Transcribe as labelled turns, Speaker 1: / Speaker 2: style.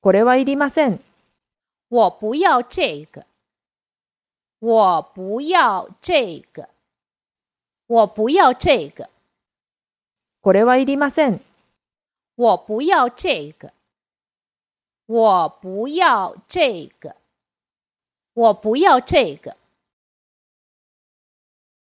Speaker 1: これはいりません。
Speaker 2: 我不要这个。我不要这个。我不要这个。
Speaker 1: これはいりません。
Speaker 2: 我不要这个。我不要这个。我不要这个。